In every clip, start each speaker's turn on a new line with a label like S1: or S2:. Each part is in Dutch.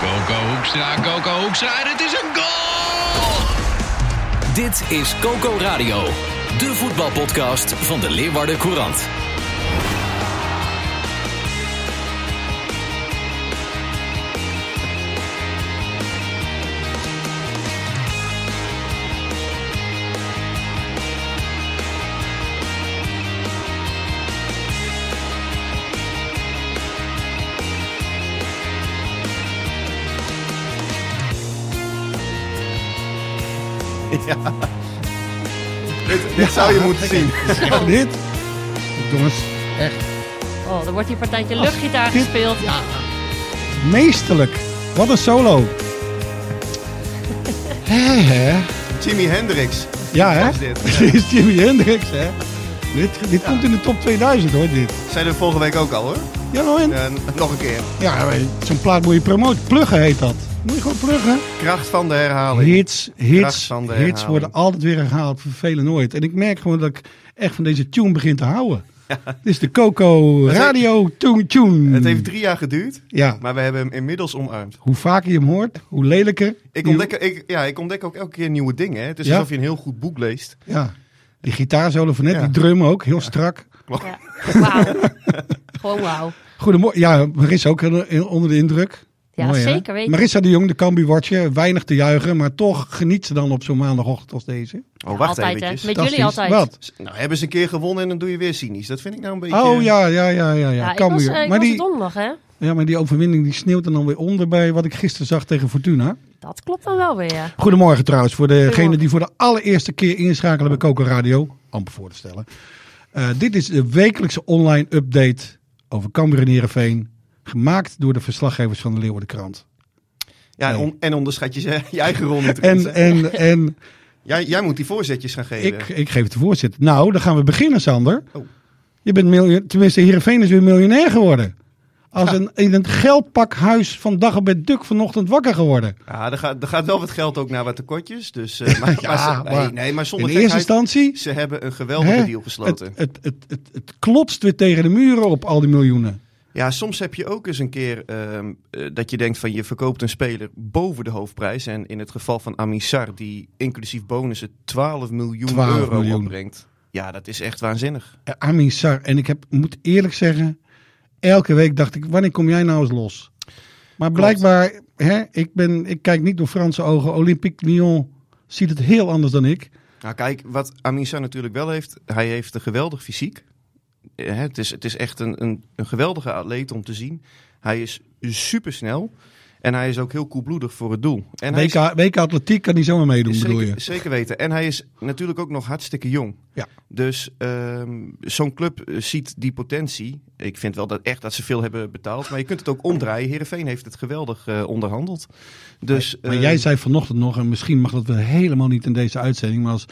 S1: Coco Hoekstra, Coco Hoekstra en het is een goal!
S2: Dit is Coco Radio, de voetbalpodcast van de Leeuwarden Courant.
S3: Dit, dit zou je moeten zien.
S4: Dit? Jongens, echt
S5: Oh, er wordt hier partijtje luchtgitaar gespeeld. Ja.
S4: meesterlijk. Wat een solo. Hé, hè?
S3: Jimi Hendrix.
S4: Ja, hè?
S3: Is dit,
S4: Dit is Jimi Hendrix, hè? Dit, dit komt in de top 2000, hoor, dit.
S3: Zijn er vorige week ook al hoor.
S4: Ja, hoor. en-
S3: Eh, nog een keer.
S4: Ja, maar zo'n plaat moet je promoten. Pluggen heet dat. Moet je gewoon pluggen.
S3: Kracht van de herhaling.
S4: Hits,
S3: Kracht
S4: hits,
S3: van de
S4: hits
S3: herhaling.
S4: worden altijd weer herhaald. Vervelen nooit. En ik merk gewoon dat ik echt van deze tune begin te houden. Dit is de Coco
S3: heeft-
S4: Radio Tune Tune.
S3: Het heeft drie jaar geduurd,
S4: Ja,
S3: maar we hebben hem inmiddels omarmd.
S4: hoe vaker je hem hoort, hoe lelijker.
S3: Ik ontdek, ik, ja, ik ontdek ook elke keer nieuwe dingen. Hè. Het is
S4: Ja?
S3: alsof je een heel goed boek leest.
S4: Ja, die gitaarsolo van net,
S3: Ja.
S4: die drum ook, heel strak.
S5: Wauw. Gewoon wauw.
S4: Goedemorgen. Ja, Marissa ook heel- heel onder de indruk.
S5: Ja,
S4: Mooi, hè?
S5: zeker weten.
S4: Marissa de Jong, de Cambi Watcher. Weinig te juichen, maar toch geniet ze dan op zo'n maandagochtend als deze.
S3: Oh, wacht
S5: altijd,
S3: eventjes.
S5: hè? Met jullie
S4: Fantastisch.
S5: altijd.
S4: Wat?
S3: Nou, hebben ze een keer gewonnen en dan doe je weer cynisch. Dat vind ik nou een beetje...
S4: Oh ja, ja, ja, ja.
S5: Ja,
S4: ja.
S5: ik was,
S4: Cambuur.
S5: eh, ik
S4: maar,
S5: was
S4: die,
S5: dom nog, hè?
S4: ja, maar die overwinning die sneeuwt er dan weer onder bij wat ik gisteren zag tegen Fortuna.
S5: Dat klopt dan wel weer, ja.
S4: Goedemorgen trouwens, voor degene
S5: Goedemorgen.
S4: die voor de allereerste keer inschakelen bij Koken Radio. Amper voor te stellen. Eh, dit is de wekelijkse online update over Cambuur en Heerenveen. Gemaakt door de verslaggevers van de Leeuwardenkrant.
S3: ja en, on- en onderschat je, ze- je eigen rol niet.
S4: En, en, en
S3: jij, jij moet die voorzetjes gaan geven.
S4: ik, ik geef het de voorzitter. Nou, dan gaan we beginnen, Sander.
S3: Oh.
S4: Je bent miljonair, tenminste Heerenveen is weer miljonair geworden. Als een, in een geldpakhuis van Dagobert Duk vanochtend wakker geworden.
S3: Ja, Ah, er gaat, er gaat wel wat geld ook naar wat tekortjes. Dus, eh, maar,
S4: Ja,
S3: maar ze- nee,
S4: maar
S3: nee, maar
S4: In
S3: zonder
S4: eerste
S3: gekheid,
S4: instantie
S3: Ze hebben een geweldige
S4: hè,
S3: deal
S4: het,
S3: gesloten.
S4: het, het, het, het klotst weer tegen de muren op al die miljoenen.
S3: Ja, soms heb je ook eens een keer ehm, eh, dat je denkt van je verkoopt een speler boven de hoofdprijs. En in het geval van Amisar, die inclusief bonussen 12 miljoen
S4: 12
S3: euro
S4: miljoen.
S3: opbrengt. Ja, dat is echt waanzinnig.
S4: Eh, Amin Sar. En ik heb, moet eerlijk zeggen, elke week dacht ik, wanneer kom jij nou eens los? Maar blijkbaar, hè, ik, ben, ik kijk niet door Franse ogen. Olympique Lyon ziet het heel anders dan ik.
S3: Nou kijk, wat Amisar natuurlijk wel heeft, hij heeft een geweldig fysiek. Eh, hè, het, is, het is echt een, een, een geweldige atleet om te zien. Hij is supersnel en hij is ook heel koelbloedig voor het doel. En hij
S4: WK,
S3: is
S4: WK Atletiek kan hij zomaar meedoen, bedoel je?
S3: Zeker, zeker weten. En hij is natuurlijk ook nog hartstikke jong.
S4: Ja.
S3: Dus ehm, zo'n club eh, ziet die potentie. Ik vind wel dat echt dat ze veel hebben betaald. Maar je kunt het ook omdraaien. Heerenveen heeft het geweldig eh, onderhandeld. Dus,
S4: Maar
S3: eh,
S4: jij zei vanochtend nog, en misschien mag dat wel helemaal niet in deze uitzending, maar als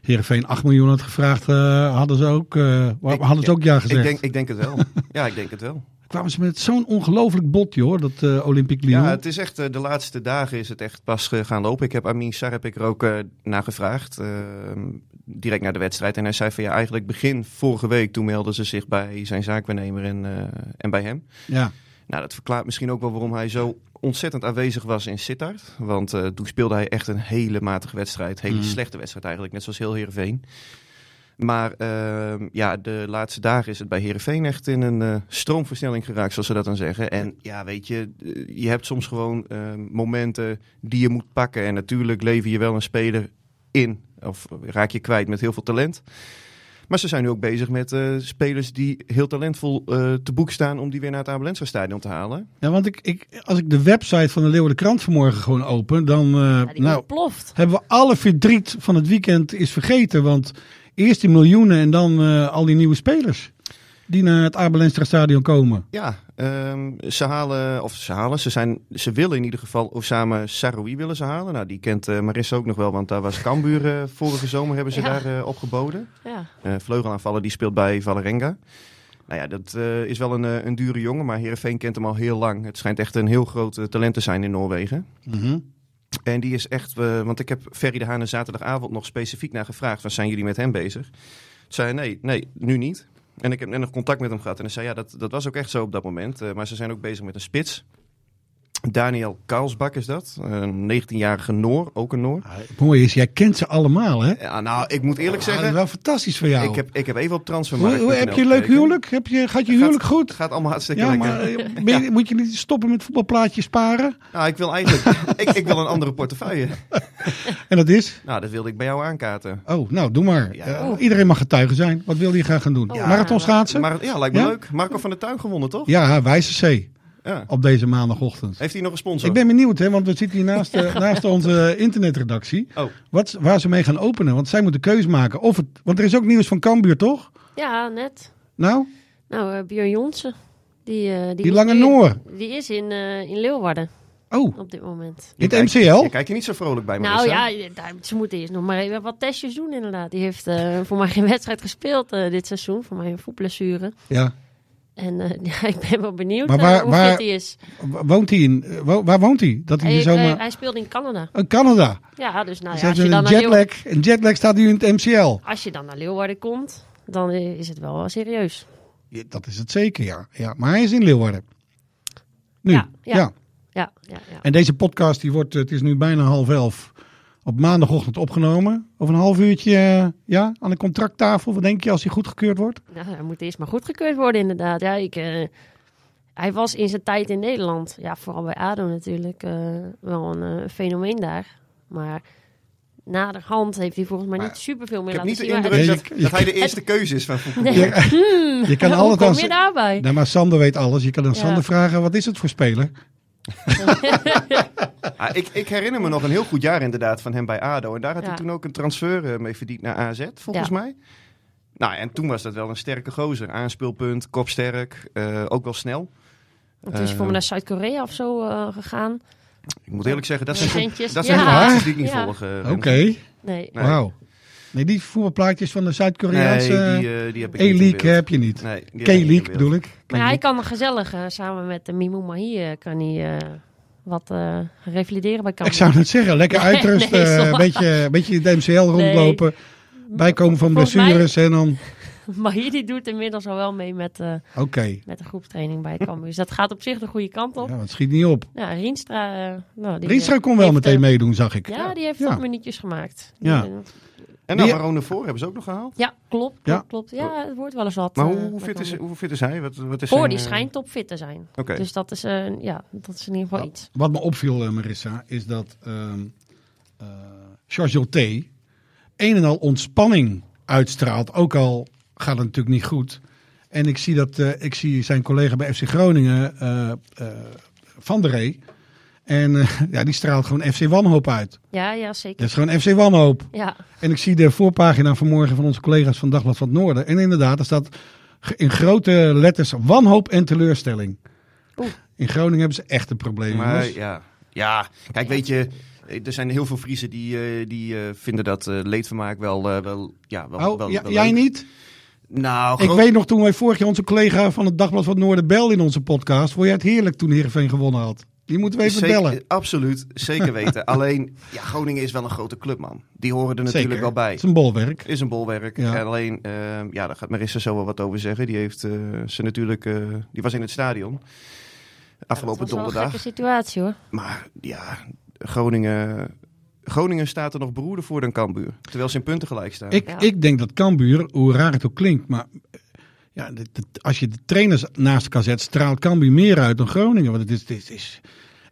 S4: Heerenveen 8 miljoen had gevraagd, eh, hadden ze ook, eh, wa-
S3: Ik-
S4: hadden ze ook ja gezegd.
S3: ik denk, ik denk het wel. ja, ik denk het wel.
S4: Kwamen ze met zo'n ongelooflijk botje hoor, dat eh Olympique Lyon.
S3: Ja, het is echt, eh, de laatste dagen is het echt pas eh, gaan lopen. Ik heb Amin Sar heb ik er ook eh, naar gevraagd, ehm, direct na de wedstrijd. En hij zei van ja, eigenlijk begin vorige week, toen melden ze zich bij zijn zaakbenemer en, eh, en bij hem.
S4: ja.
S3: Nou, dat verklaart misschien ook wel waarom hij zo ontzettend aanwezig was in Sittard. Want eh, toen speelde hij echt een hele matige wedstrijd. Hele
S4: Mm.
S3: slechte wedstrijd eigenlijk, net zoals heel Heerenveen. Maar ehm, ja, de laatste dagen is het bij Heerenveen echt in een eh, stroomversnelling geraakt, zoals ze dat dan zeggen. En ja, weet je, eh, je hebt soms gewoon eh, momenten die je moet pakken. En natuurlijk lever je wel een speler in, of raak je kwijt met heel veel talent. Maar ze zijn nu ook bezig met eh, spelers die heel talentvol eh, te boek staan om die weer naar het Abelensa Stadion te halen.
S4: Ja, want ik, ik, als ik de website van de Leeuwarden Krant vanmorgen gewoon open, dan eh,
S5: Ja, die
S4: nou,
S5: ontploft.
S4: hebben we alle verdriet van het weekend is vergeten. Want eerst die miljoenen en dan eh, al die nieuwe spelers. die naar het Abelenstra Stadion komen.
S3: Ja, ehm, ze halen, of ze halen, ze, zijn, ze willen in ieder geval Osama Saroui willen ze halen. Nou, die kent eh Marissa ook nog wel, want daar was Cambuur eh, vorige zomer hebben ze
S5: Ja.
S3: daar eh, opgeboden.
S5: Ja.
S3: Eh vleugelaanvaller, die speelt bij Valerenga. Nou ja, dat eh, is wel een, eh, een dure jongen, maar Heerenveen kent hem al heel lang. Het schijnt echt een heel groot eh, talent te zijn in Noorwegen. En die is echt, eh, want ik heb Ferry de Haan zaterdagavond nog specifiek naar gevraagd. Van, zijn jullie met hem bezig? Toen zei hij, nee, nee, nu niet. En ik heb net nog contact met hem gehad. En hij zei, ja, dat, dat was ook echt zo op dat moment. Eh, maar ze zijn ook bezig met een spits. Daniel Karlsbak is dat. Een 19-jarige Noor, ook een Noor.
S4: Het mooie is, jij kent ze allemaal, hè?
S3: Ja, nou, ik moet eerlijk
S4: Ah, dat is
S3: zeggen,
S4: wel fantastisch voor jou.
S3: ik heb, ik heb even op transfermarkt.
S4: hoe, hoe, heb je een leuk huwelijk? Heb je, gaat je
S3: Gaat-
S4: huwelijk goed?
S3: Het gaat allemaal hartstikke
S4: Ja,
S3: lekker.
S4: maar, eh, ben je- Moet je niet stoppen met voetbalplaatjes sparen?
S3: Nou, ik wil eigenlijk ik, ik wil een andere portefeuille.
S4: En dat is?
S3: Nou, dat wilde ik bij jou aankaarten.
S4: Oh, nou, doe maar.
S3: Ja.
S4: Eh, iedereen mag getuige zijn. Wat wil je graag gaan doen?
S5: Ja.
S4: Marathon schaatsen?
S3: Maar ja, lijkt me
S4: Ja?
S3: leuk. Marco van der Tuin gewonnen, toch?
S4: Ja, wijze C.
S3: Ja.
S4: Op deze maandagochtend.
S3: Heeft hij nog een sponsor?
S4: Ik ben benieuwd, hè, want we zitten hier naast, eh, naast onze internetredactie.
S3: Oh.
S4: Wat, waar ze mee gaan openen. Want zij moeten keus maken. Of het, want er is ook nieuws van Cambuur, toch?
S5: ja, net.
S4: Nou,
S5: Nou, eh Björn Jonsen. Die, eh, die,
S4: die
S5: is
S4: lange
S5: nu-
S4: Noor.
S5: Die is in, eh, in Leeuwarden
S4: Oh,
S5: op dit moment.
S3: Je
S4: in het
S3: kijkt-
S4: MCL?
S3: Je kijkt je niet zo vrolijk bij,
S5: Nou
S3: Marissa.
S5: ja, je- daar- ze moeten eerst nog maar even wat testjes doen inderdaad. Die heeft eh, voor mij geen wedstrijd gespeeld eh, dit seizoen. Voor mij een voetblessure.
S4: Ja.
S5: En eh, ja, ik ben wel benieuwd
S4: Maar
S5: eh,
S4: waar-
S5: hoe
S4: waar-
S5: fit hij is.
S4: Wo- Woont hij in... eh, wo- waar woont hij? Dat hij
S5: Hij,
S4: hier
S5: eh,
S4: zomaar...
S5: hij speelde in Canada.
S4: Oh, Canada.
S5: Ja, dus nou
S4: Ze
S5: ja, als
S4: hebben
S5: je, dan
S4: een
S5: naar Leeuw-
S4: jetlag. Een jetlag staat nu in het MCL.
S5: als je dan naar Leeuwarden komt, dan eh, is het wel wel serieus.
S4: Ja, Dat is het zeker, ja. ja. Maar hij is in Leeuwarden. Nu,
S5: Ja, ja.
S4: ja.
S5: Ja, ja, ja.
S4: En deze podcast, die wordt, het is nu bijna half elf, op maandagochtend opgenomen. Over een half uurtje eh, ja, aan de contracttafel. Wat denk je als die goedgekeurd wordt?
S5: Nou, hij moet eerst maar goedgekeurd worden inderdaad. Ja, ik, eh, hij was in zijn tijd in Nederland, ja, vooral bij ADO natuurlijk, eh, wel een eh, fenomeen daar. Maar naderhand heeft hij volgens mij
S3: Maar
S5: niet superveel meer
S3: ik heb
S5: laten
S3: niet de
S5: zien. maar
S4: Nee,
S3: indruk dat,
S4: je- je-
S3: dat hij de eerste keuze is. Van,
S5: Nee.
S4: Je- Je kan
S5: Hoe
S4: altijd
S5: kom
S4: aan...
S5: je daarbij?
S4: Nou, maar Sander weet alles. Je kan aan
S5: Ja.
S4: Sander vragen, wat is het voor speler?
S3: Ah, ik, ik herinner me nog een heel goed jaar inderdaad van hem bij ADO. En daar had
S5: Ja.
S3: hij toen ook een transfer eh, mee verdiend naar AZ, volgens
S5: Ja.
S3: mij. Nou, en toen was dat wel een sterke gozer. Aanspeelpunt, kopsterk, eh, ook wel snel.
S5: Het
S3: Eh,
S5: is voor me naar Zuid-Korea of zo eh, gegaan.
S3: Ik moet eerlijk zeggen, dat zijn,
S5: Centjes.
S3: dat zijn
S5: Ja.
S3: relaties die ik niet
S5: Ja.
S3: volg. eh,
S4: Oké,
S5: Nee.
S3: Nee.
S4: wauw. Nee, die voetbalplaatjes van de
S3: Nee,
S4: Zuid-Koreaanse
S3: die, eh, die heb ik niet in
S4: E-League
S3: beeld.
S4: heb je niet.
S3: Nee, die heb ik niet in
S4: K-League
S3: beeld.
S4: bedoel ik.
S5: Maar hij kan gezellig eh, samen met de Mimou Mahi eh, kan hij eh, wat eh, revalideren bij
S4: Ik
S5: Cambuur.
S4: zou het zeggen, lekker
S5: Nee,
S4: uitrusten,
S5: nee,
S4: eh,
S5: sorry.
S4: een beetje, een beetje in de MCL rondlopen, bijkomen van
S5: Volgens
S4: blessures en dan...
S5: Mahi die doet inmiddels al wel mee met, eh,
S4: Oké,
S5: met de groepstraining bij Cambuur. Dus dat gaat op zich de goede kant op.
S4: ja, het schiet niet op.
S5: Ja, Rienstra... eh, nou, die,
S4: Rienstra
S5: eh,
S4: kon wel
S5: heeft,
S4: meteen
S5: eh,
S4: meedoen, zag ik.
S5: Ja, die heeft
S4: Ja.
S5: wat minuutjes gemaakt.
S4: Ja.
S5: Die, eh,
S3: En nou,
S4: Die-
S3: Barone voor hebben ze ook nog gehaald.
S5: ja, klopt, klopt,
S4: Ja.
S5: klopt. Ja, het wordt wel eens wat.
S3: Maar
S5: eh,
S3: hoe, hoe,
S5: bij
S3: fit, is,
S5: Cambuur.
S3: hoe fit is hij? Wat, wat is
S5: Voor,
S3: zijn,
S5: die
S3: eh,
S5: schijnt topfit te zijn.
S3: Oké.
S5: Dus dat is, eh, ja, dat is in ieder geval iets.
S4: Wat me opviel, eh, Marissa, is dat ehm eh, Charles Joté een en al ontspanning uitstraalt. Ook al gaat het natuurlijk niet goed. En ik zie, dat, eh, ik zie zijn collega bij FC Groningen, eh, eh, Van der Rey. En eh, ja, die straalt gewoon FC Wanhoop uit.
S5: Ja, ja, zeker.
S4: Dat is gewoon FC Wanhoop.
S5: Ja,
S4: En ik zie de voorpagina vanmorgen van onze collega's van Dagblad van het Noorden. En inderdaad, er staat ge- in grote letters wanhoop en teleurstelling.
S5: Oeh.
S4: In Groningen hebben ze echt een probleem.
S3: Maar
S4: jongens.
S3: ja. ja, kijk, weet je, eh, er zijn heel veel Friesen die, eh, die eh, vinden dat eh, leedvermaak wel, eh, wel, ja, wel,
S4: oh,
S3: wel-
S4: ja,
S3: wel
S4: jij
S3: leuk.
S4: niet?
S3: Nou,
S4: Ik
S3: groot-
S4: weet nog toen wij vorig jaar onze collega van het Dagblad van het Noorden belde in onze podcast. Vond jij het heerlijk toen Heerenveen gewonnen had? Die moeten we even
S3: zeker-
S4: bellen.
S3: Absoluut, zeker weten. Alleen, ja, Groningen is wel een grote club, man. Die horen er natuurlijk
S4: Zeker.
S3: wel bij.
S4: Het is een bolwerk.
S3: Is een bolwerk.
S4: Ja.
S3: En alleen, ehm, ja, daar gaat Marissa zo wel wat over zeggen. Die, heeft, eh, ze natuurlijk, eh, die was in het stadion afgelopen
S5: dat was wel een
S3: donderdag.
S5: gekke situatie hoor.
S3: Maar ja, Groningen, Groningen staat er nog beroerder voor dan Cambuur. Terwijl ze in punten gelijk staan.
S4: Ik,
S5: Ja.
S4: ik denk dat Cambuur, hoe raar het ook klinkt, maar eh, ja, de- de- als je de trainers naast elkaar zet, straalt Cambuur meer uit dan Groningen. Want het is, het is, het is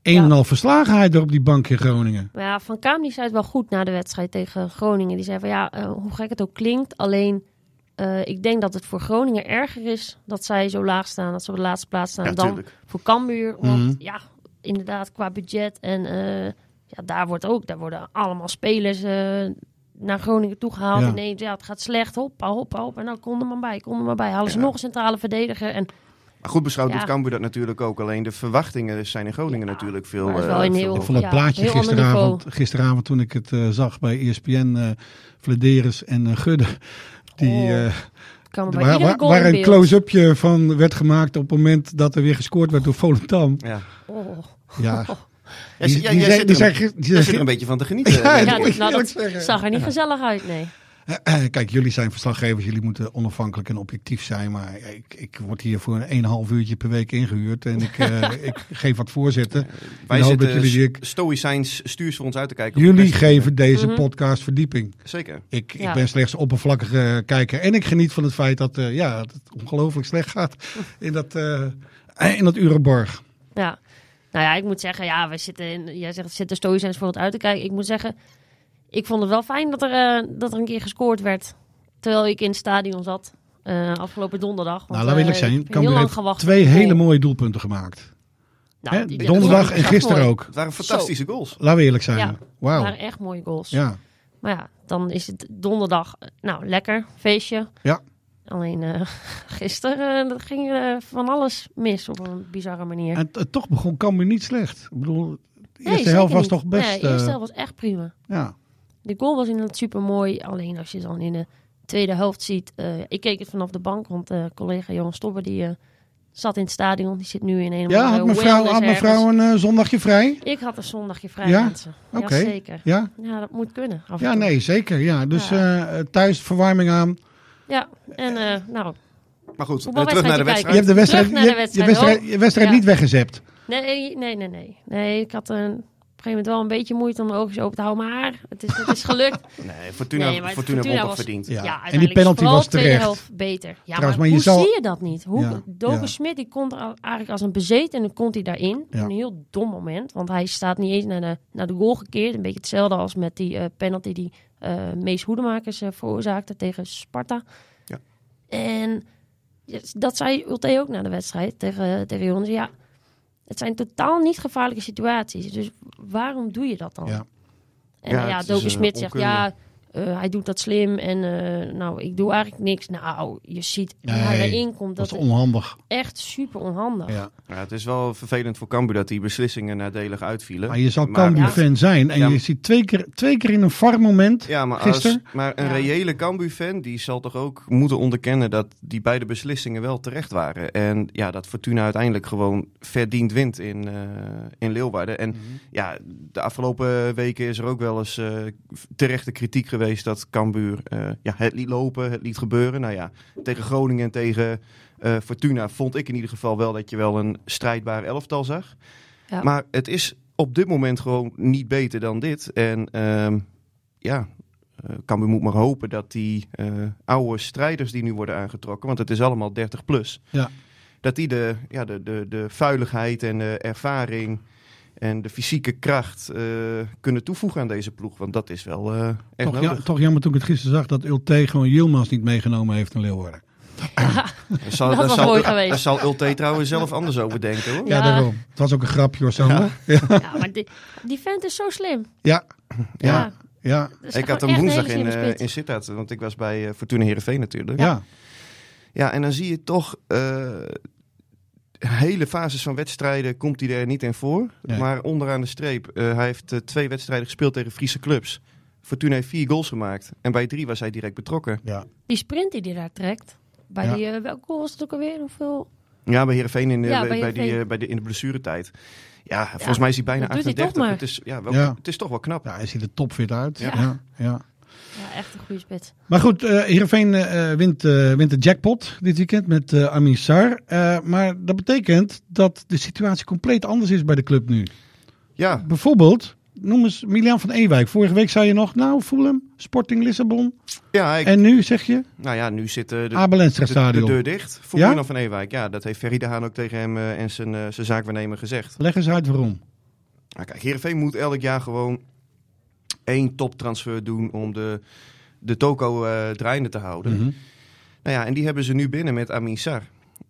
S4: een
S5: Ja.
S4: en al verslagenheid daar op die bank in Groningen.
S5: Maar ja, Van Kaam die zei het wel goed na de wedstrijd tegen Groningen. Die zei van ja, eh, hoe gek het ook klinkt, alleen eh, ik denk dat het voor Groningen erger is dat zij zo laag staan, dat ze op de laatste plaats staan,
S3: Ja,
S5: dan
S3: tuurlijk.
S5: voor Cambuur. Want
S4: Mhm.
S5: ja, inderdaad, qua budget en eh, ja, daar, wordt ook, daar worden allemaal spelers eh, naar Groningen toe gehaald.
S4: Ja.
S5: Ineens, ja, het gaat slecht. Hoppa, hoppa, hoppa. En dan kon er maar bij, kon er maar bij. Halen ze
S3: Ja.
S5: nog een centrale verdediger. En
S3: Maar goed beschouwd
S5: Ja.
S3: doet Cambuur dat natuurlijk ook. Alleen de verwachtingen zijn in Groningen natuurlijk veel...
S5: maar dat is
S3: eh,
S5: wel een
S3: veel
S5: heel-
S4: Ik vond het
S5: Ja,
S4: plaatje
S5: heel ander
S4: gisteravond,
S5: niveau.
S4: gisteravond toen ik het eh, zag bij ESPN, eh Vladeris en eh, Gudde. Die,
S5: Oh,
S4: eh,
S5: kan er bij
S4: waar,
S5: iedere
S4: waar,
S5: goal
S4: waar
S5: in
S4: een
S5: beeld.
S4: close-upje van werd gemaakt op het moment dat er weer gescoord werd door Volendam.
S3: Ja.
S5: Oh.
S4: Ja,
S3: Ja,
S4: die,
S3: jij- jij
S4: die zijn-
S3: zit
S4: die
S3: er een-
S4: zijn gis- die
S3: jij
S4: zijn
S3: zit er een
S4: gis-
S3: beetje van te genieten.
S4: Ja,
S3: denk
S5: Ja,
S3: ik.
S4: moet ik
S5: nou,
S4: eerlijk
S5: dat
S4: zeggen.
S5: zag er niet gezellig uit, nee.
S4: Eh, eh, Kijk, jullie zijn verslaggevers, jullie moeten onafhankelijk en objectief zijn. Maar ik, ik word hier voor een 1,5 uurtje per week ingehuurd en ik, eh, ik geef wat voorzetten.
S3: Wij
S4: Ik hoop
S3: zitten
S4: dat jullie-
S3: st- stoïcijns stuurs voor ons uit te kijken.
S4: Jullie geven deze
S5: Mhm.
S4: podcast verdieping.
S3: Zeker.
S4: Ik,
S5: Ja.
S4: ik ben slechts oppervlakkige kijker. En ik geniet van het feit dat, eh, ja, dat het ongelooflijk slecht gaat in dat, eh in dat Urenborg.
S5: Ja. Nou ja, ik moet zeggen, ja, we zitten in, jij zegt, zitten stoïcijns voor het uit te kijken. Ik moet zeggen, ik vond het wel fijn dat er, eh, dat er een keer gescoord werd. Terwijl ik in het stadion zat, eh, afgelopen donderdag. Want,
S4: nou, laten we eerlijk
S5: eh,
S4: zijn.
S5: ik heb heel
S4: Cambuur
S5: lang
S4: heeft
S5: gewacht.
S4: twee
S5: op de
S4: hele
S5: goal.
S4: mooie doelpunten gemaakt.
S5: Nou,
S4: Hè?
S5: die- die-
S4: Donderdag
S5: die-
S4: en
S5: echt
S4: gisteren
S5: mooi.
S4: ook.
S3: Het waren fantastische goals.
S4: Laten we eerlijk zijn.
S5: Ja.
S4: Wauw.
S5: waren echt mooie goals.
S4: Ja.
S5: Maar ja, dan is het donderdag, eh, nou, lekker, feestje.
S4: Ja.
S5: Alleen eh, gisteren eh, dat ging eh, van alles mis op een bizarre manier.
S4: En t- toch begon Cambuur niet slecht. Ik bedoel, de
S5: Nee,
S4: eerste
S5: zeker
S4: helft was
S5: niet.
S4: toch best...
S5: Nee, de eerste
S4: eh,
S5: helft was echt prima.
S4: ja.
S5: De goal was inderdaad super mooi. Alleen als je dan in de tweede helft ziet. eh, ik keek het vanaf de bank, want eh, collega Johan Stobber die eh, zat in het stadion. Die zit nu in een of
S4: ja, had
S5: andere
S4: mevrouw,
S5: wellness
S4: had mevrouw
S5: ergens.
S4: een eh, zondagje vrij?
S5: Ik had een zondagje vrij
S4: Ja?
S5: mensen.
S4: Oké.
S5: Ja, zeker.
S4: Ja?
S5: Ja, dat moet kunnen. af en
S4: Ja,
S5: toe.
S4: nee, zeker. Ja. Dus
S5: Ja.
S4: eh, thuis verwarming aan.
S5: Ja, en eh, nou,
S3: Maar goed, eh,
S5: Voetbalwedstrijd
S3: terug naar de
S5: te
S4: Je
S3: wedstrijd.
S4: hebt de wedstrijd,
S5: Terug naar de
S4: je-
S5: wedstrijd.
S4: Je wedstrijd, je wedstrijd
S5: Ja.
S4: niet weggezept.
S5: nee, nee, nee, nee. Nee, ik had een, op een gegeven moment wel een beetje moeite om mijn oogjes open te houden. Maar het is, het is gelukt.
S3: Nee, Fortuna,
S5: Nee, maar
S3: Fortuna,
S5: Fortuna
S3: won toch
S5: was-
S3: verdiend.
S4: Ja.
S5: Ja,
S4: en die penalty was terecht.
S5: beter. Ja,
S4: Trouwens,
S5: maar,
S4: maar je
S5: hoe
S4: zal-
S5: zie je dat niet? Hoe,
S4: Ja,
S5: Doken
S4: ja.
S5: Smit die komt er al- eigenlijk als een bezet en dan komt hij daarin.
S4: Ja.
S5: Een heel dom moment, want hij staat niet eens naar de, naar de goal gekeerd. Een beetje hetzelfde als met die eh, penalty die eh Mees Hoedemakers eh, veroorzaakte tegen Sparta.
S3: Ja.
S5: En ja, dat zei Ulte ook na de wedstrijd tegen, eh, tegen Jons. Ja, het zijn totaal niet gevaarlijke situaties. Dus waarom doe je dat dan?
S4: Ja.
S5: En
S3: Ja,
S5: ja, ja
S3: het is,
S5: Doken
S3: eh,
S5: Smit zegt,
S3: onkunde.
S5: ja, eh, hij doet dat slim en eh, nou, ik doe eigenlijk niks. Nou, je ziet hoe hij
S4: Nee,
S5: erin komt,
S4: Dat
S5: dat
S4: is
S5: is
S4: onhandig.
S5: echt super onhandig.
S4: Ja.
S3: Ja, het is wel vervelend voor Cambuur dat die beslissingen nadelig uitvielen.
S4: Maar je zal
S3: Maar-
S4: Cambuur-fan zijn en
S3: Ja,
S4: je
S3: maar-
S4: ziet twee keer, twee keer in een VAR-moment.
S3: Ja, maar, als,
S4: Gisteren?
S3: maar een
S5: Ja.
S3: reële Cambuur-fan die zal toch ook moeten onderkennen dat die beide beslissingen wel terecht waren. En ja, dat Fortuna uiteindelijk gewoon verdiend wint in, eh, in Leeuwarden. En ja, de afgelopen weken is er ook wel eens eh, terechte kritiek geweest dat Cambuur eh, ja, het liet lopen, het liet gebeuren. Nou ja, tegen Groningen en tegen eh, Fortuna vond ik in ieder geval wel dat je wel een strijdbaar elftal zag.
S5: Ja.
S3: Maar het is op dit moment gewoon niet beter dan dit. En ehm, ja, eh, Cambuur moet maar hopen dat die eh, oude strijders die nu worden aangetrokken, want het is allemaal 30 plus,
S4: Ja.
S3: dat die de, ja, de, de, de vuiligheid en de ervaring en de fysieke kracht eh, kunnen toevoegen aan deze ploeg. Want dat is wel eh, echt
S4: Toch, ja,
S3: nodig.
S4: toch jammer toen ik het gisteren zag dat Ulte gewoon Yilmaz niet meegenomen heeft naar Leeuwarden.
S3: Daar zal,
S5: Dat
S3: daar
S5: was
S3: zal-
S5: mooi
S3: daar-
S5: geweest.
S3: Daar zal Ulte trouwens zelf anders over denken hoor.
S4: Ja,
S5: Ja.
S4: daarom. Het was ook een grapje hoor, Sander. Ja.
S5: Ja, maar die, die vent is zo slim.
S4: Ja.
S5: Ja.
S4: Ja. Ja.
S5: Dat is
S3: Ik had
S5: gewoon
S3: hem
S5: echt
S3: woensdag
S5: hele
S3: in,
S5: slimme
S3: eh,
S5: spits.
S3: in Sittard, want ik was bij eh, Fortuna Heerenveen natuurlijk.
S4: Ja.
S3: Ja, en dan zie je toch eh, hele fases van wedstrijden komt hij er niet in voor.
S4: Nee.
S3: Maar onderaan de streep, eh, hij heeft eh, twee wedstrijden gespeeld tegen Friese clubs. Fortuna heeft vier goals gemaakt. En bij drie was hij direct betrokken.
S5: Die sprint die hij daar trekt, bij
S4: Ja.
S5: die, eh, welke goal was het ook alweer? Hoeveel?
S3: Ja, bij Heerenveen in, de-
S5: Ja, bij
S3: bij die,
S5: Heerenveen.
S3: eh, bij de, in de blessuretijd. Ja, volgens mij is hij bijna
S5: dat doet hij
S3: 38.
S5: toch maar.
S3: Het, is, ja, wel,
S4: Ja.
S3: het is toch wel knap.
S4: Ja, hij ziet er topfit uit.
S5: Ja.
S4: Ja. Ja.
S5: Ja, echt een goede spits.
S4: Maar goed, eh Heerenveen eh, wint, eh, wint de jackpot dit weekend met eh Amin Sar. Eh, maar dat betekent dat de situatie compleet anders is bij de club nu.
S3: Ja,
S4: Bijvoorbeeld, noem eens Milian van Ewijk. Vorige week zei je nog, nou Fulham, Sporting Lissabon.
S3: ja, ik-
S4: En nu zeg je,
S3: nou ja, nu zit eh, de,
S4: Abel Enstra
S3: de, de
S4: Stadion.
S3: deur dicht voor
S4: Ja?
S3: Bruno van Ewijk. Ja, dat heeft Ferry de Haan ook tegen hem eh, en zijn, eh, zijn zaakwaarnemer gezegd.
S4: Leg eens uit waarom.
S3: Nou, kijk, Heerenveen moet elk jaar gewoon één toptransfer doen om de, de toko eh, draaiende te houden.
S4: Mhm.
S3: Nou ja, en die hebben ze nu binnen met Amin Sar.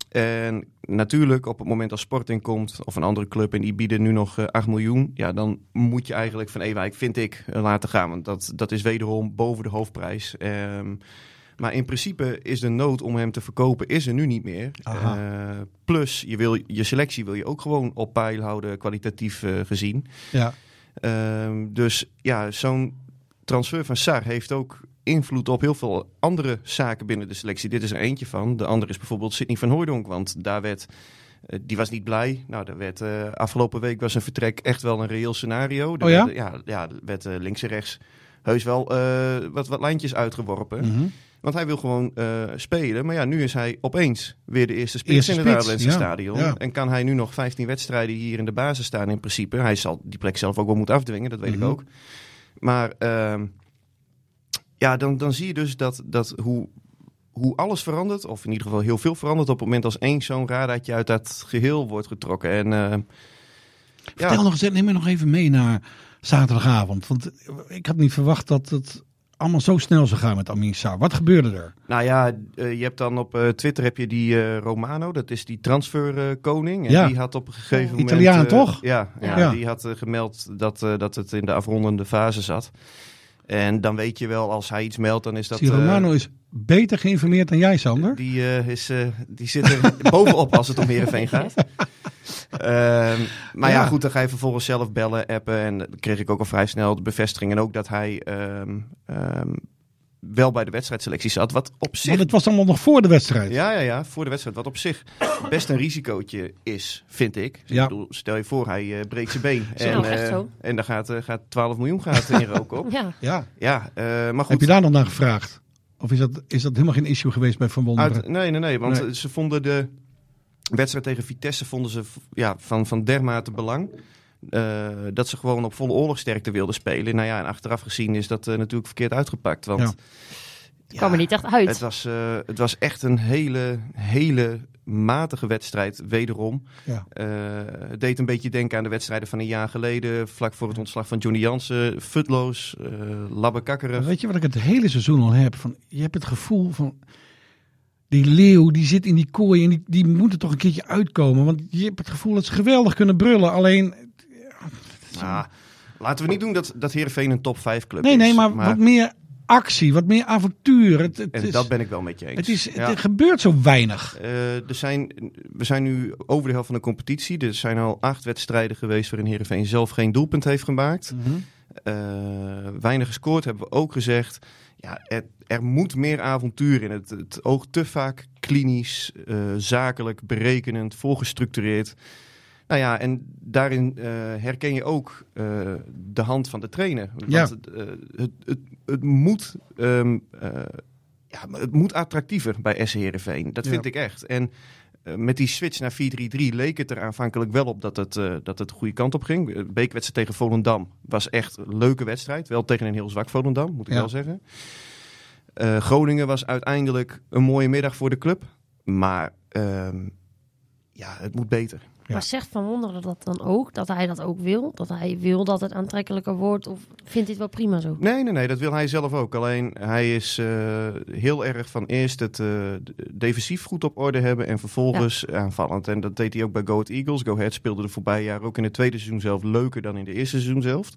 S3: En natuurlijk, op het moment als Sporting komt of een andere club en die bieden nu nog eh, 8 miljoen, ja, dan moet je eigenlijk van Ewijk, vind ik, eh, laten gaan. Want dat, dat is wederom boven de hoofdprijs. Ehm, maar in principe is de nood om hem te verkopen is er nu niet meer.
S4: Aha.
S3: Eh, plus, je, wil, je selectie wil je ook gewoon op peil houden, kwalitatief eh, gezien.
S4: Ja.
S3: Ehm, dus ja, zo'n transfer van Sar heeft ook invloed op heel veel andere zaken binnen de selectie. Dit is er eentje van. De andere is bijvoorbeeld Sidney van Hooijdonk, want daar werd... eh, Die was niet blij. Nou, daar werd, eh, afgelopen week was een vertrek echt wel een reëel scenario. Er
S4: Oh ja?
S3: Werd, ja, ja, er werd eh, links en rechts heus wel eh, wat, wat lijntjes uitgeworpen.
S4: Mhm.
S3: Want hij wil gewoon eh, spelen. Maar ja, nu is hij opeens weer de eerste spits
S4: Eerste
S3: in het
S4: spits,
S3: Adeleense
S4: ja,
S3: stadion.
S4: ja.
S3: En kan hij nu nog 15 wedstrijden hier in de basis staan in principe. Hij zal die plek zelf ook wel moeten afdwingen, dat weet
S4: Mhm.
S3: ik ook. Maar ehm, ja, dan, dan zie je dus dat, dat hoe, hoe alles verandert, of in ieder geval heel veel verandert... op het moment als één zo'n radartje uit dat geheel wordt getrokken. En ehm,
S4: Vertel nog eens, neem me nog even mee naar zaterdagavond. Want ik had niet verwacht dat het allemaal zo snel zou gaan met Amin Saar. Wat gebeurde er?
S3: Nou ja, eh, je hebt dan op eh, Twitter heb je die eh, Romano, dat is die transferkoning. en
S4: Ja.
S3: die had op een gegeven
S5: Oh,
S3: moment.
S4: Italiaan,
S3: eh,
S4: toch?
S3: Ja, ja,
S4: Ja.
S3: die had eh, gemeld dat, eh, dat het in de afrondende fase zat. En dan weet je wel, als hij iets meldt, dan is dat.
S4: Die
S3: eh,
S4: Romano is beter geïnformeerd dan jij, Sander.
S3: die, eh, is, eh, die zit er bovenop als het om Heerenveen gaat. Ehm, maar ja.
S4: Ja.
S3: goed, dan ga je vervolgens zelf bellen, appen. En dan kreeg ik ook al vrij snel de bevestiging. En ook dat hij ehm, ehm, wel bij de wedstrijdselectie zat. Wat op zich
S4: Want het was allemaal nog voor de wedstrijd.
S3: ja, ja, ja, voor de wedstrijd. Wat op zich best een risicootje is, vind ik.
S4: Ja. nou
S3: ik bedoel, stel je voor, hij eh, breekt zijn been.
S5: is ook echt
S3: eh,
S5: zo.
S3: en dan gaat, eh, gaat 12 miljoen gaat in rook op.
S5: Ja,
S4: Ja.
S3: Ja, eh, maar goed.
S4: Heb je daar nog naar gevraagd? Of is dat, is dat helemaal geen issue geweest bij Van Wonderen?
S3: Uit- nee, nee, nee. Want eh,
S4: Nee.
S3: ze vonden de wedstrijd tegen Vitesse vonden ze, v- ja, van, van dermate belang. eh, dat ze gewoon op volle oorlogsterkte wilden spelen. Nou ja, en achteraf gezien is dat eh, natuurlijk verkeerd uitgepakt. Want
S4: Ja.
S5: het kwam er niet echt uit.
S3: Het was, eh, het was echt een hele, hele matige wedstrijd, wederom.
S4: Ja.
S3: Eh, het deed een beetje denken aan de wedstrijden van een jaar geleden, vlak voor het ontslag van Johnny Jansen. Futloos, eh labbekakkerig.
S4: Weet je wat ik het hele seizoen al heb? Van, je hebt het gevoel van. Die leeuw die zit in die kooi en die, die moet er toch een keertje uitkomen. Want je hebt het gevoel dat ze geweldig kunnen brullen. Alleen.
S3: Ah, laten we niet doen dat, dat Heerenveen een top 5 club
S4: Nee,
S3: is.
S4: nee, maar, wat meer actie, wat meer avontuur. Het, het
S3: En
S4: is,
S3: dat ben ik wel met je eens.
S4: het is,
S3: Ja.
S4: er gebeurt zo weinig.
S3: Eh, er zijn, we zijn nu over de helft van de competitie. Er zijn al acht wedstrijden geweest waarin Heerenveen zelf geen doelpunt heeft gemaakt. Eh, weinig gescoord, hebben we ook gezegd. Ja, er, er moet meer avontuur in. Het, het oogt te vaak klinisch, eh, zakelijk, berekenend, voorgestructureerd. Nou ja, en daarin eh, herken je ook eh, de hand van de trainer. Want
S4: Ja.
S3: het, eh, het, het, het moet ehm, eh, ja, maar het moet attractiever bij SC Heerenveen. Dat
S4: Ja.
S3: vind ik echt. En eh, met die switch naar 4-3-3 leek het er aanvankelijk wel op dat het, eh, dat het de goede kant op ging. Eh, Beekwedstrijd tegen Volendam was echt een leuke wedstrijd. Wel tegen een heel zwak Volendam, moet ik
S4: Ja.
S3: wel zeggen. Eh, Groningen was uiteindelijk een mooie middag voor de club. Maar ehm, ja, het moet beter.
S4: Ja.
S5: Maar zegt Van Wonderen dat dan ook? Dat hij dat ook wil? Dat hij wil dat het aantrekkelijker wordt? Of vindt dit wel prima zo?
S3: Nee, nee, nee, dat wil hij zelf ook. Alleen hij is eh, heel erg van eerst het eh, d- defensief goed op orde hebben en vervolgens aanvallend. En dat deed hij ook bij Go Ahead Eagles. Go Ahead speelde de voorbije jaren ook in het tweede seizoen zelf leuker dan in de eerste seizoen zelf.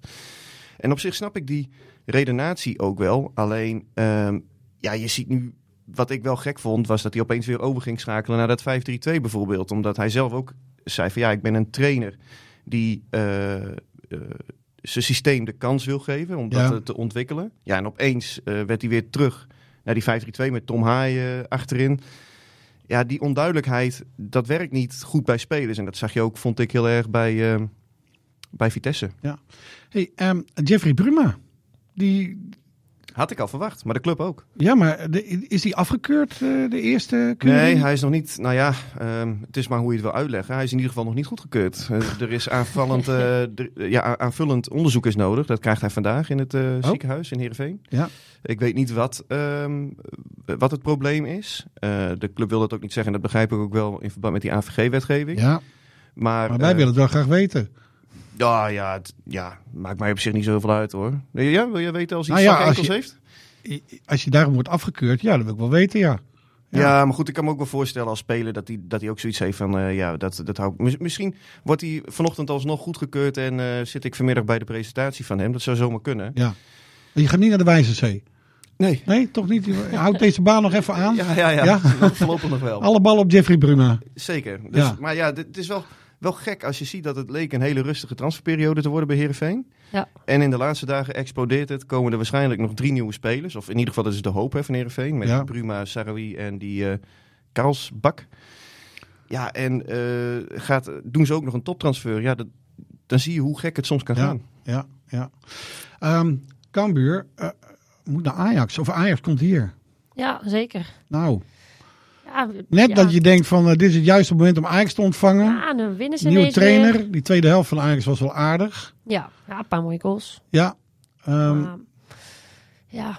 S3: En op zich snap ik die redenatie ook wel. Alleen, ehm, ja, je ziet nu. Wat ik wel gek vond, was dat hij opeens weer over ging schakelen naar dat 5-3-2 bijvoorbeeld. Omdat hij zelf ook zei van ja, ik ben een trainer die eh, eh, zijn systeem de kans wil geven om
S4: Ja.
S3: dat eh, te ontwikkelen. Ja, en opeens eh, werd hij weer terug naar die 5-3-2 met Tom Haaien eh, achterin. Ja, die onduidelijkheid, dat werkt niet goed bij spelers. En dat zag je ook, vond ik, heel erg bij, eh, bij Vitesse.
S4: Hey, ehm, Jeffrey Bruma. Die,
S3: Had ik al verwacht, maar de club ook.
S4: ja, maar de- is die afgekeurd, eh, de eerste? keuring?
S3: Nee, hij is nog niet. Nou ja, ehm, het is maar hoe je het wil uitleggen. Hij is in ieder geval nog niet goedgekeurd. Eh, er is aanvallend, eh, er- ja, a- aanvullend onderzoek is nodig. Dat krijgt hij vandaag in het eh, ziekenhuis in Heerenveen.
S4: Oh. Ja.
S3: Ik weet niet wat, ehm, wat het probleem is. Eh, de club wil dat ook niet zeggen. Dat begrijp ik ook wel in verband met die AVG-wetgeving.
S4: Ja,
S3: Maar,
S4: maar wij
S3: eh,
S4: willen het wel graag weten.
S3: Ja, ja, het- ja, maakt mij op zich niet zoveel uit hoor. Nee, Ja, wil jij weten als hij
S4: Nou ja,
S3: nou
S4: als
S3: enkels
S4: je-
S3: heeft?
S4: Als je daarom wordt afgekeurd, ja, dat wil ik wel weten, ja.
S3: Ja. maar goed, ik kan me ook wel voorstellen als speler dat hij dat hij ook zoiets heeft van, eh, ja, dat, dat hou ik. mis- Misschien wordt hij vanochtend alsnog goedgekeurd en eh, zit ik vanmiddag bij de presentatie van hem. Dat zou zomaar kunnen.
S4: Ja. Je gaat niet naar de wijze zee.
S3: Nee.
S4: Nee, toch niet? Je houdt deze baan nog even aan.
S3: Ja, ja, ja.
S4: Ja?
S3: Voorlopig nog wel.
S4: Alle ballen op Jeffrey Bruna.
S3: Zeker. Dus,
S4: Ja.
S3: Maar ja, dit- het is wel, wel gek als je ziet dat het leek een hele rustige transferperiode te worden bij Herenveen.
S5: Ja.
S3: En in de laatste dagen explodeert het. Komen er waarschijnlijk nog drie nieuwe spelers. Of in ieder geval, dat is de hoop hè, van Herenveen. Met
S4: Ja.
S3: Bruma, Sarawi en die eh Karlsbak. Ja, en eh, gaat, doen ze ook nog een toptransfer? Ja, dat, dan zie je hoe gek het soms kan
S4: Ja,
S3: gaan.
S4: ja, ja. Ehm Cambuur eh, moet naar Ajax. Of Ajax komt hier.
S5: Ja, zeker.
S4: Nou,
S5: Ja,
S4: net
S5: ja.
S4: dat je denkt van eh, dit is het juiste moment om Ajax te ontvangen.
S5: Ja, dan winnen ze
S4: Nieuwe
S5: ineens
S4: trainer.
S5: weer.
S4: Die tweede helft van Ajax was wel aardig.
S5: Ja, ja, een paar mooie goals.
S4: Ja. Ehm,
S5: Maar, ja,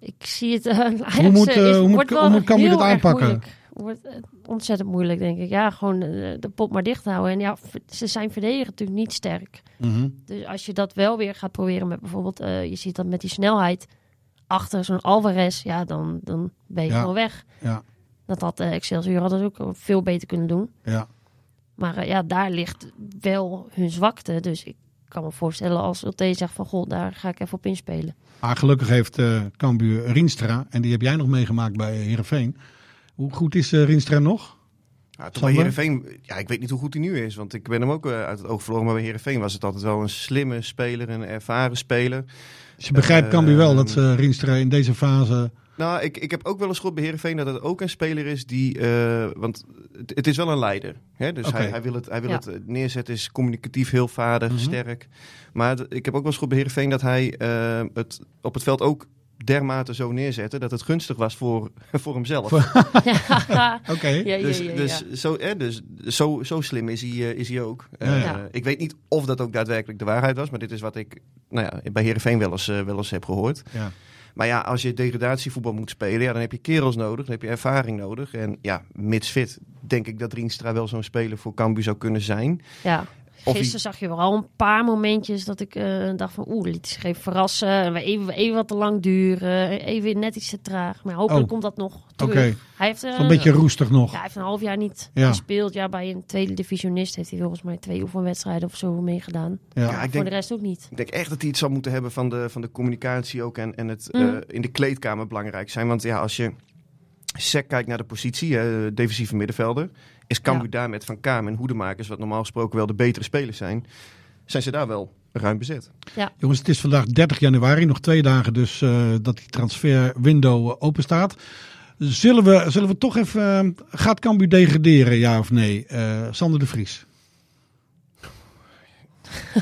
S5: ik zie het. eh, Ajax,
S4: Hoe moet,
S5: eh,
S4: eh,
S5: is-
S4: hoe moet-
S5: wordt wel
S4: hoe moet Cambuur
S5: heel
S4: dit
S5: erg
S4: aanpakken?
S5: moeilijk. Wordt eh, ontzettend moeilijk, denk ik. Ja, gewoon eh, de pot maar dicht houden. En ja, v- ze zijn verdedigend natuurlijk niet sterk.
S4: mhm.
S5: Dus als je dat wel weer gaat proberen met bijvoorbeeld, eh, je ziet dat met die snelheid achter zo'n Alvarez, ja, dan, dan ben je
S4: Ja.
S5: gewoon weg.
S4: Ja,
S5: Dat had eh, Excelsior had dat ook veel beter kunnen doen.
S4: ja.
S5: Maar eh, ja, daar ligt wel hun zwakte. Dus ik kan me voorstellen als Ulte zegt van, god, daar ga ik even op inspelen.
S4: Maar gelukkig heeft eh Cambuur Rinstra. En die heb jij nog meegemaakt bij Herenveen. Hoe goed is eh, Rinstra nog?
S3: Ja, toch bij
S4: Sander?
S3: Heerenveen, ja, ik weet niet hoe goed hij nu is, want ik ben hem ook eh, uit het oog verloren. Maar bij Heerenveen was het altijd wel een slimme speler, een ervaren speler.
S4: Dus je begrijpt
S3: Eh,
S4: Cambuur wel dat ze Rinstra in deze fase...
S3: Nou, ik, ik heb ook wel eens gehoord bij Heerenveen dat het ook een speler is die... eh, want het, het is wel een leider. Hè? Dus
S4: Oké.
S3: hij, hij wil, het, hij wil
S5: Ja.
S3: het eh, neerzetten, is communicatief heel vaardig,
S4: Mhm.
S3: sterk. Maar het- ik heb ook wel eens gehoord bij Heerenveen dat hij eh, het op het veld ook dermate zo neerzette... dat het gunstig was voor, voor hemzelf.
S5: ja,
S4: Oké.
S5: ja,
S3: dus
S5: ja, ja,
S3: dus,
S5: ja.
S3: Zo, hè, dus zo, zo slim is hij, eh, is hij ook.
S4: Ja.
S3: Eh,
S5: Ja.
S3: Ik weet niet of dat ook daadwerkelijk de waarheid was... maar dit is wat ik nou ja, bij Heerenveen wel eens, eh, wel eens heb gehoord.
S4: Ja.
S3: Maar ja, als je degradatievoetbal moet spelen, ja, dan heb je kerels nodig, dan heb je ervaring nodig. En ja, mits fit, denk ik dat Rienstra wel zo'n speler voor Cambu zou kunnen zijn.
S5: Ja.
S3: hij-
S5: Gisteren zag je wel een paar momentjes dat ik eh, dacht van oeh, liet zich even verrassen. En we Even, even wat te lang duren, even net iets te traag. Maar hopelijk
S4: Oh.
S5: komt dat nog
S4: Oké.
S5: terug. Hij heeft eh,
S4: Zo'n beetje roestig nog.
S5: ja, hij heeft een half jaar niet
S4: Ja.
S5: gespeeld. Ja, bij een tweede divisionist heeft hij volgens mij twee oefenwedstrijden of zo meegedaan.
S4: Ja.
S3: Ja, ik
S5: Voor
S3: denk,
S5: de rest ook niet.
S3: ik denk echt dat hij iets zal moeten hebben van de, van de communicatie ook en, en het
S5: Mhm.
S3: eh, in de kleedkamer belangrijk zijn. Want ja, als je sec kijkt naar de positie, hè, defensieve middenvelder, is Cambu
S5: Ja.
S3: daar met Van Kaam en Hoedemakers, wat normaal gesproken wel de betere spelers zijn, zijn ze daar wel ruim bezet.
S4: Jongens, het is vandaag 30 januari, nog twee dagen dus eh, dat die transferwindow eh, open staat. Zullen we, zullen we toch even, eh, gaat Cambuur degraderen, ja of nee? Eh, Sander de Vries.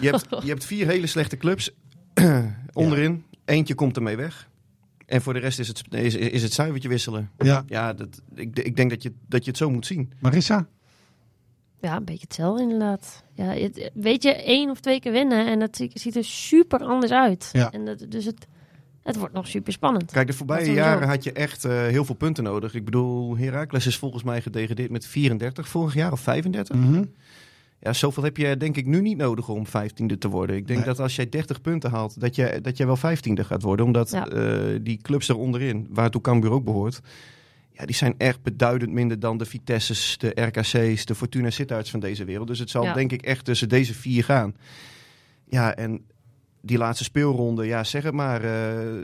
S3: Je hebt, je hebt vier hele slechte clubs onderin. Eentje komt ermee weg. En voor de rest is het, is, is het zuivertje wisselen.
S4: Ja,
S3: Ja, dat, ik, ik denk dat je, dat je het zo moet zien.
S4: Marissa?
S5: Ja, een beetje hetzelfde inderdaad. Ja, het- weet je, één of twee keer winnen en het zie- ziet er super anders uit.
S4: Ja.
S5: En dat, dus het, het wordt nog super spannend.
S3: Kijk, de
S5: Dat
S3: voorbije
S5: sowieso.
S3: jaren had je echt eh, heel veel punten nodig. Ik bedoel, Heracles is volgens mij gedegradeerd met 34 vorig jaar of 35.
S4: Mhm.
S3: Ja, zoveel heb je denk ik nu niet nodig om 15e te worden. Ik denk
S4: Nee.
S3: dat als jij 30 punten haalt, dat jij, dat jij wel 15e gaat worden. Omdat
S5: Ja.
S3: eh, die clubs eronderin, waartoe Cambuur ook behoort, ja, die zijn echt beduidend minder dan de Vitesse's, de RKC's, de Fortuna Sittouts van deze wereld. Dus het zal
S5: Ja.
S3: denk ik echt tussen deze vier gaan. Ja, en die laatste speelronde, ja, zeg het maar. eh, eh,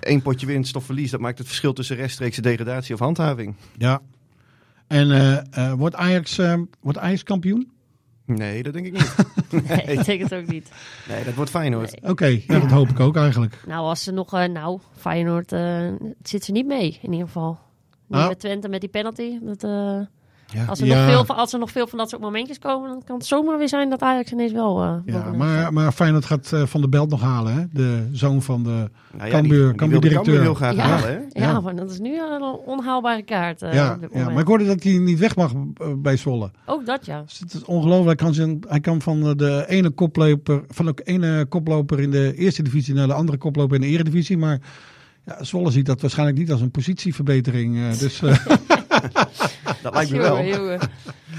S3: één potje winst of verlies, dat maakt het verschil tussen rechtstreekse degradatie of handhaving.
S4: Ja. En eh, eh, wordt, Ajax, eh, wordt Ajax kampioen?
S3: Nee, dat denk ik niet.
S5: Nee, ik denk het ook niet.
S3: Nee, dat wordt Feyenoord.
S4: Oké, ja, dat hoop ik ook eigenlijk.
S5: Nou, als ze nog, eh, nou, Feyenoord eh, zit ze niet mee in ieder geval. Nu
S4: Nou.
S5: met Twente met die penalty. Dat, eh,
S3: Ah. Ja.
S5: als, er
S4: Ja.
S5: nog veel, van- als er nog veel van dat soort momentjes komen, dan kan het zomaar weer zijn dat Ajax ineens wel. eh,
S4: Ja,
S5: bovenaan
S4: maar, maar Feyenoord gaat eh, Van de Belt nog halen, hè? De zoon van
S5: Eh,
S4: de...
S3: Nou ja,
S4: Cambuur,
S3: die- die wilde
S4: Cambuur-directeur.
S3: Cambuur heel graag
S5: Ja.
S3: halen, hè?
S5: staat. ja,
S4: ja.
S5: maar dat is nu al een onhaalbare kaart. eh,
S4: ja,
S5: op dit
S4: ja, maar
S5: moment.
S4: ik hoorde dat hij niet weg mag eh, bij Zwolle.
S5: Ook dat ja.
S4: Dus het is ongelooflijk. Hij kan, zijn, hij kan van eh, de ene koploper, van de ene koploper in de eerste divisie naar de andere koploper in de eredivisie. Maar ja, Zwolle ziet dat waarschijnlijk niet als een positieverbetering. eh, dus eh,
S3: Dat lijkt me
S5: Jongen,
S3: wel. Ah,
S5: jongen.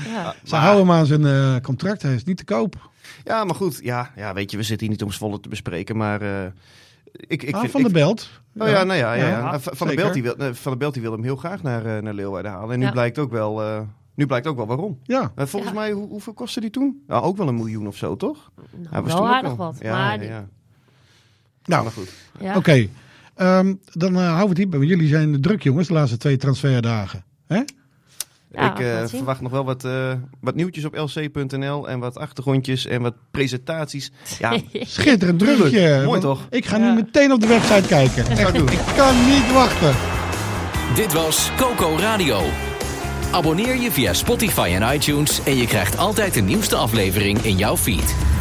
S5: Ja.
S4: ze houden hem aan zijn eh, contract. Hij is niet te koop.
S3: Ja, maar goed. Ja, ja, weet je, we zitten hier niet om Zwolle te bespreken. Maar eh, ik, ik
S4: Ah,
S3: vind-
S4: van de
S3: ik-
S4: Belt.
S3: Oh ja, nou ja, ja, ja.
S4: Ja,
S3: En Van, de
S4: zeker.
S3: Belt die wil, eh, van de Belt die wil hem heel graag naar, eh, naar Leeuwarden halen. En nu,
S5: Ja.
S3: blijkt ook wel, eh, nu blijkt ook wel waarom.
S4: Ja.
S3: Eh, volgens
S5: Ja.
S3: mij, hoe, hoeveel kostte die toen? Nou, ook wel een miljoen of zo, toch? Hij was
S5: Nou, wel
S3: toen ook
S5: aardig wat.
S3: Ja,
S5: maar
S3: ja,
S5: die-
S3: ja.
S4: Nou,
S3: Maar goed.
S5: ja.
S4: Oké, Ehm, dan eh, houden we het hierbij. want Jullie zijn druk, jongens, de laatste twee transferdagen. Hè?
S5: Ja,
S3: ik
S5: we gaan
S3: eh,
S5: het zien.
S3: verwacht nog wel wat, eh, wat nieuwtjes op lc.nl en wat achtergrondjes en wat presentaties. Ja,
S4: Schitterend
S3: Tuurlijk,
S4: drukje.
S3: mooi
S4: want
S3: toch?
S4: Ik ga
S5: Ja.
S4: nu meteen op de website kijken. Echt,
S3: doen.
S4: ik kan niet wachten.
S2: Dit was Coco Radio. Abonneer je via Spotify en iTunes en je krijgt altijd de nieuwste aflevering in jouw feed.